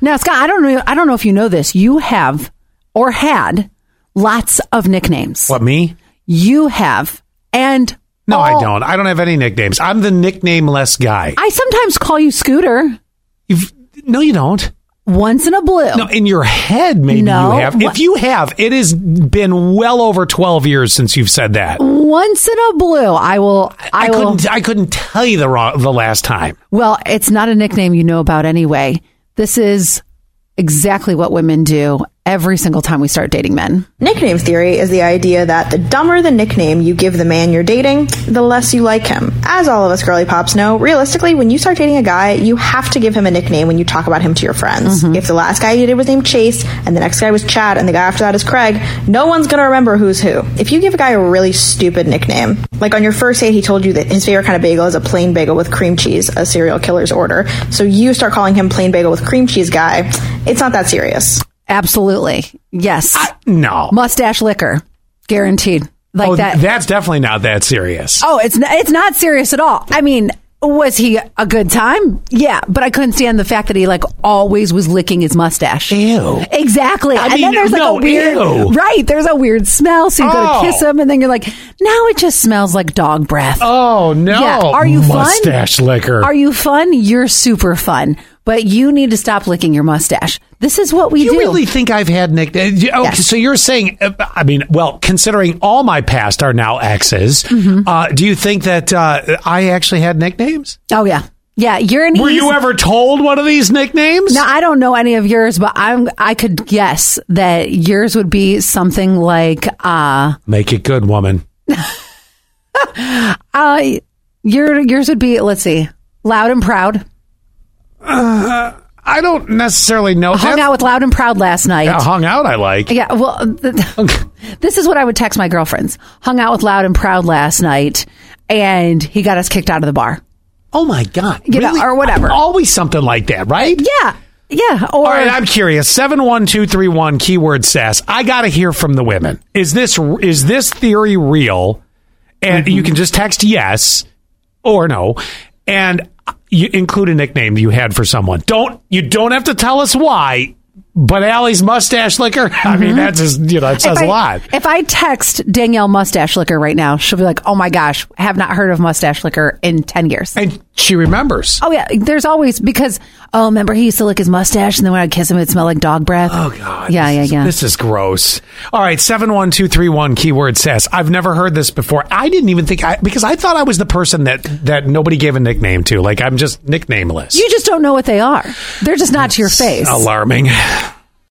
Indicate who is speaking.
Speaker 1: Now, Scott, I don't know. I don't know if you know this. You have or had lots of nicknames.
Speaker 2: What me?
Speaker 1: You have, and
Speaker 2: No,
Speaker 1: all-
Speaker 2: I don't. I don't have any nicknames. I'm the nicknameless guy.
Speaker 1: I sometimes call you Scooter
Speaker 2: You've, no, you don't.
Speaker 1: once in a blue.
Speaker 2: No, in your head, maybe
Speaker 1: Oh. No.
Speaker 2: you have. If
Speaker 1: What-
Speaker 2: you have, it has been well over twelve years since you've said that.
Speaker 1: Once in a blue, I will. I,
Speaker 2: I
Speaker 1: will.
Speaker 2: couldn't. I couldn't tell you the wrong, the last time.
Speaker 1: Well, it's not a nickname you know about anyway. This is exactly what women do every single time we start dating men.
Speaker 3: Nickname theory is the idea that the dumber the nickname you give the man you're dating, the less you like him. As all of us girly pops know, realistically, when you start dating a guy, you have to give him a nickname when you talk about him to your friends. If the last guy you did was named Chase, and the next guy was Chad, and the guy after that is Craig, no one's gonna remember who's who. If you give a guy a really stupid nickname, like on your first date, he told you that his favorite kind of bagel is a plain bagel with cream cheese, a serial killer's order, so you start calling him plain bagel with cream cheese guy, it's not that serious.
Speaker 1: Absolutely. Yes.
Speaker 2: No.
Speaker 1: Mustache liquor. Guaranteed. Like
Speaker 2: oh,
Speaker 1: that.
Speaker 2: That's definitely not that serious.
Speaker 1: Oh, it's not, it's not serious at all. I mean, was he a good time? Yeah, but I couldn't stand the fact that he like always was licking his mustache.
Speaker 2: Ew.
Speaker 1: Exactly.
Speaker 2: Eh. I
Speaker 1: and
Speaker 2: mean,
Speaker 1: then there's like
Speaker 2: no,
Speaker 1: a weird
Speaker 2: ew.
Speaker 1: right, there's a weird smell, so you
Speaker 2: Oh.
Speaker 1: go to kiss him and then you're like, now it just smells like dog breath.
Speaker 2: Oh no.
Speaker 1: Yeah. Are you fun?
Speaker 2: mustache liquor?
Speaker 1: Are you fun? You're super fun. But you need to stop licking your mustache. This is what we
Speaker 2: you
Speaker 1: do.
Speaker 2: really think I've had nicknames? Okay,
Speaker 1: Yes.
Speaker 2: so you're saying, uh, I mean, well, considering all my past are now exes,
Speaker 1: Mm-hmm.
Speaker 2: uh, do you think that uh, I actually had nicknames?
Speaker 1: oh yeah. Yeah, you're an
Speaker 2: Were
Speaker 1: easy-
Speaker 2: you ever told one of these nicknames?
Speaker 1: Now I don't know any of yours, but I'm I could guess that yours would be something like uh
Speaker 2: Make it good, woman.
Speaker 1: uh your yours would be let's see, loud and proud.
Speaker 2: I don't necessarily know.
Speaker 1: Hung
Speaker 2: That's-
Speaker 1: out with loud and proud last night.
Speaker 2: Yeah, hung out. I like.
Speaker 1: Yeah, well, th- this is what I would text my girlfriends. Hung out with Loud and Proud last night, and he got us kicked out of the bar.
Speaker 2: Oh my god.
Speaker 1: You know, or whatever.
Speaker 2: Always something like that, right?
Speaker 1: Yeah, yeah. Or
Speaker 2: All right, I'm curious. Seven one two three one keyword sass. I got to hear from the women. Is this is this theory real? And
Speaker 1: Mm-hmm.
Speaker 2: you can just text yes or no, and you include a nickname you had for someone. Don't you don't have to tell us why. But Allie's mustache liquor. I mean, that just you know it
Speaker 1: Mm-hmm.
Speaker 2: says
Speaker 1: if
Speaker 2: a
Speaker 1: I,
Speaker 2: lot.
Speaker 1: If I text Danielle Mustache Liquor right now, she'll be like, "Oh my gosh, have not heard of Mustache Liquor in ten years."
Speaker 2: And she remembers.
Speaker 1: Oh yeah, there's always because oh remember he used to lick his mustache and then when I would kiss him it smelled like dog breath.
Speaker 2: Oh God!
Speaker 1: Yeah,
Speaker 2: This
Speaker 1: yeah,
Speaker 2: is-
Speaker 1: yeah.
Speaker 2: This is gross. All right, seven one two three one keyword sass. I've never heard this before. I didn't even think I because I thought I was the person that that nobody gave a nickname to. Like I'm just nicknameless.
Speaker 1: You just don't know what they are. They're just not to your face.
Speaker 2: Alarming.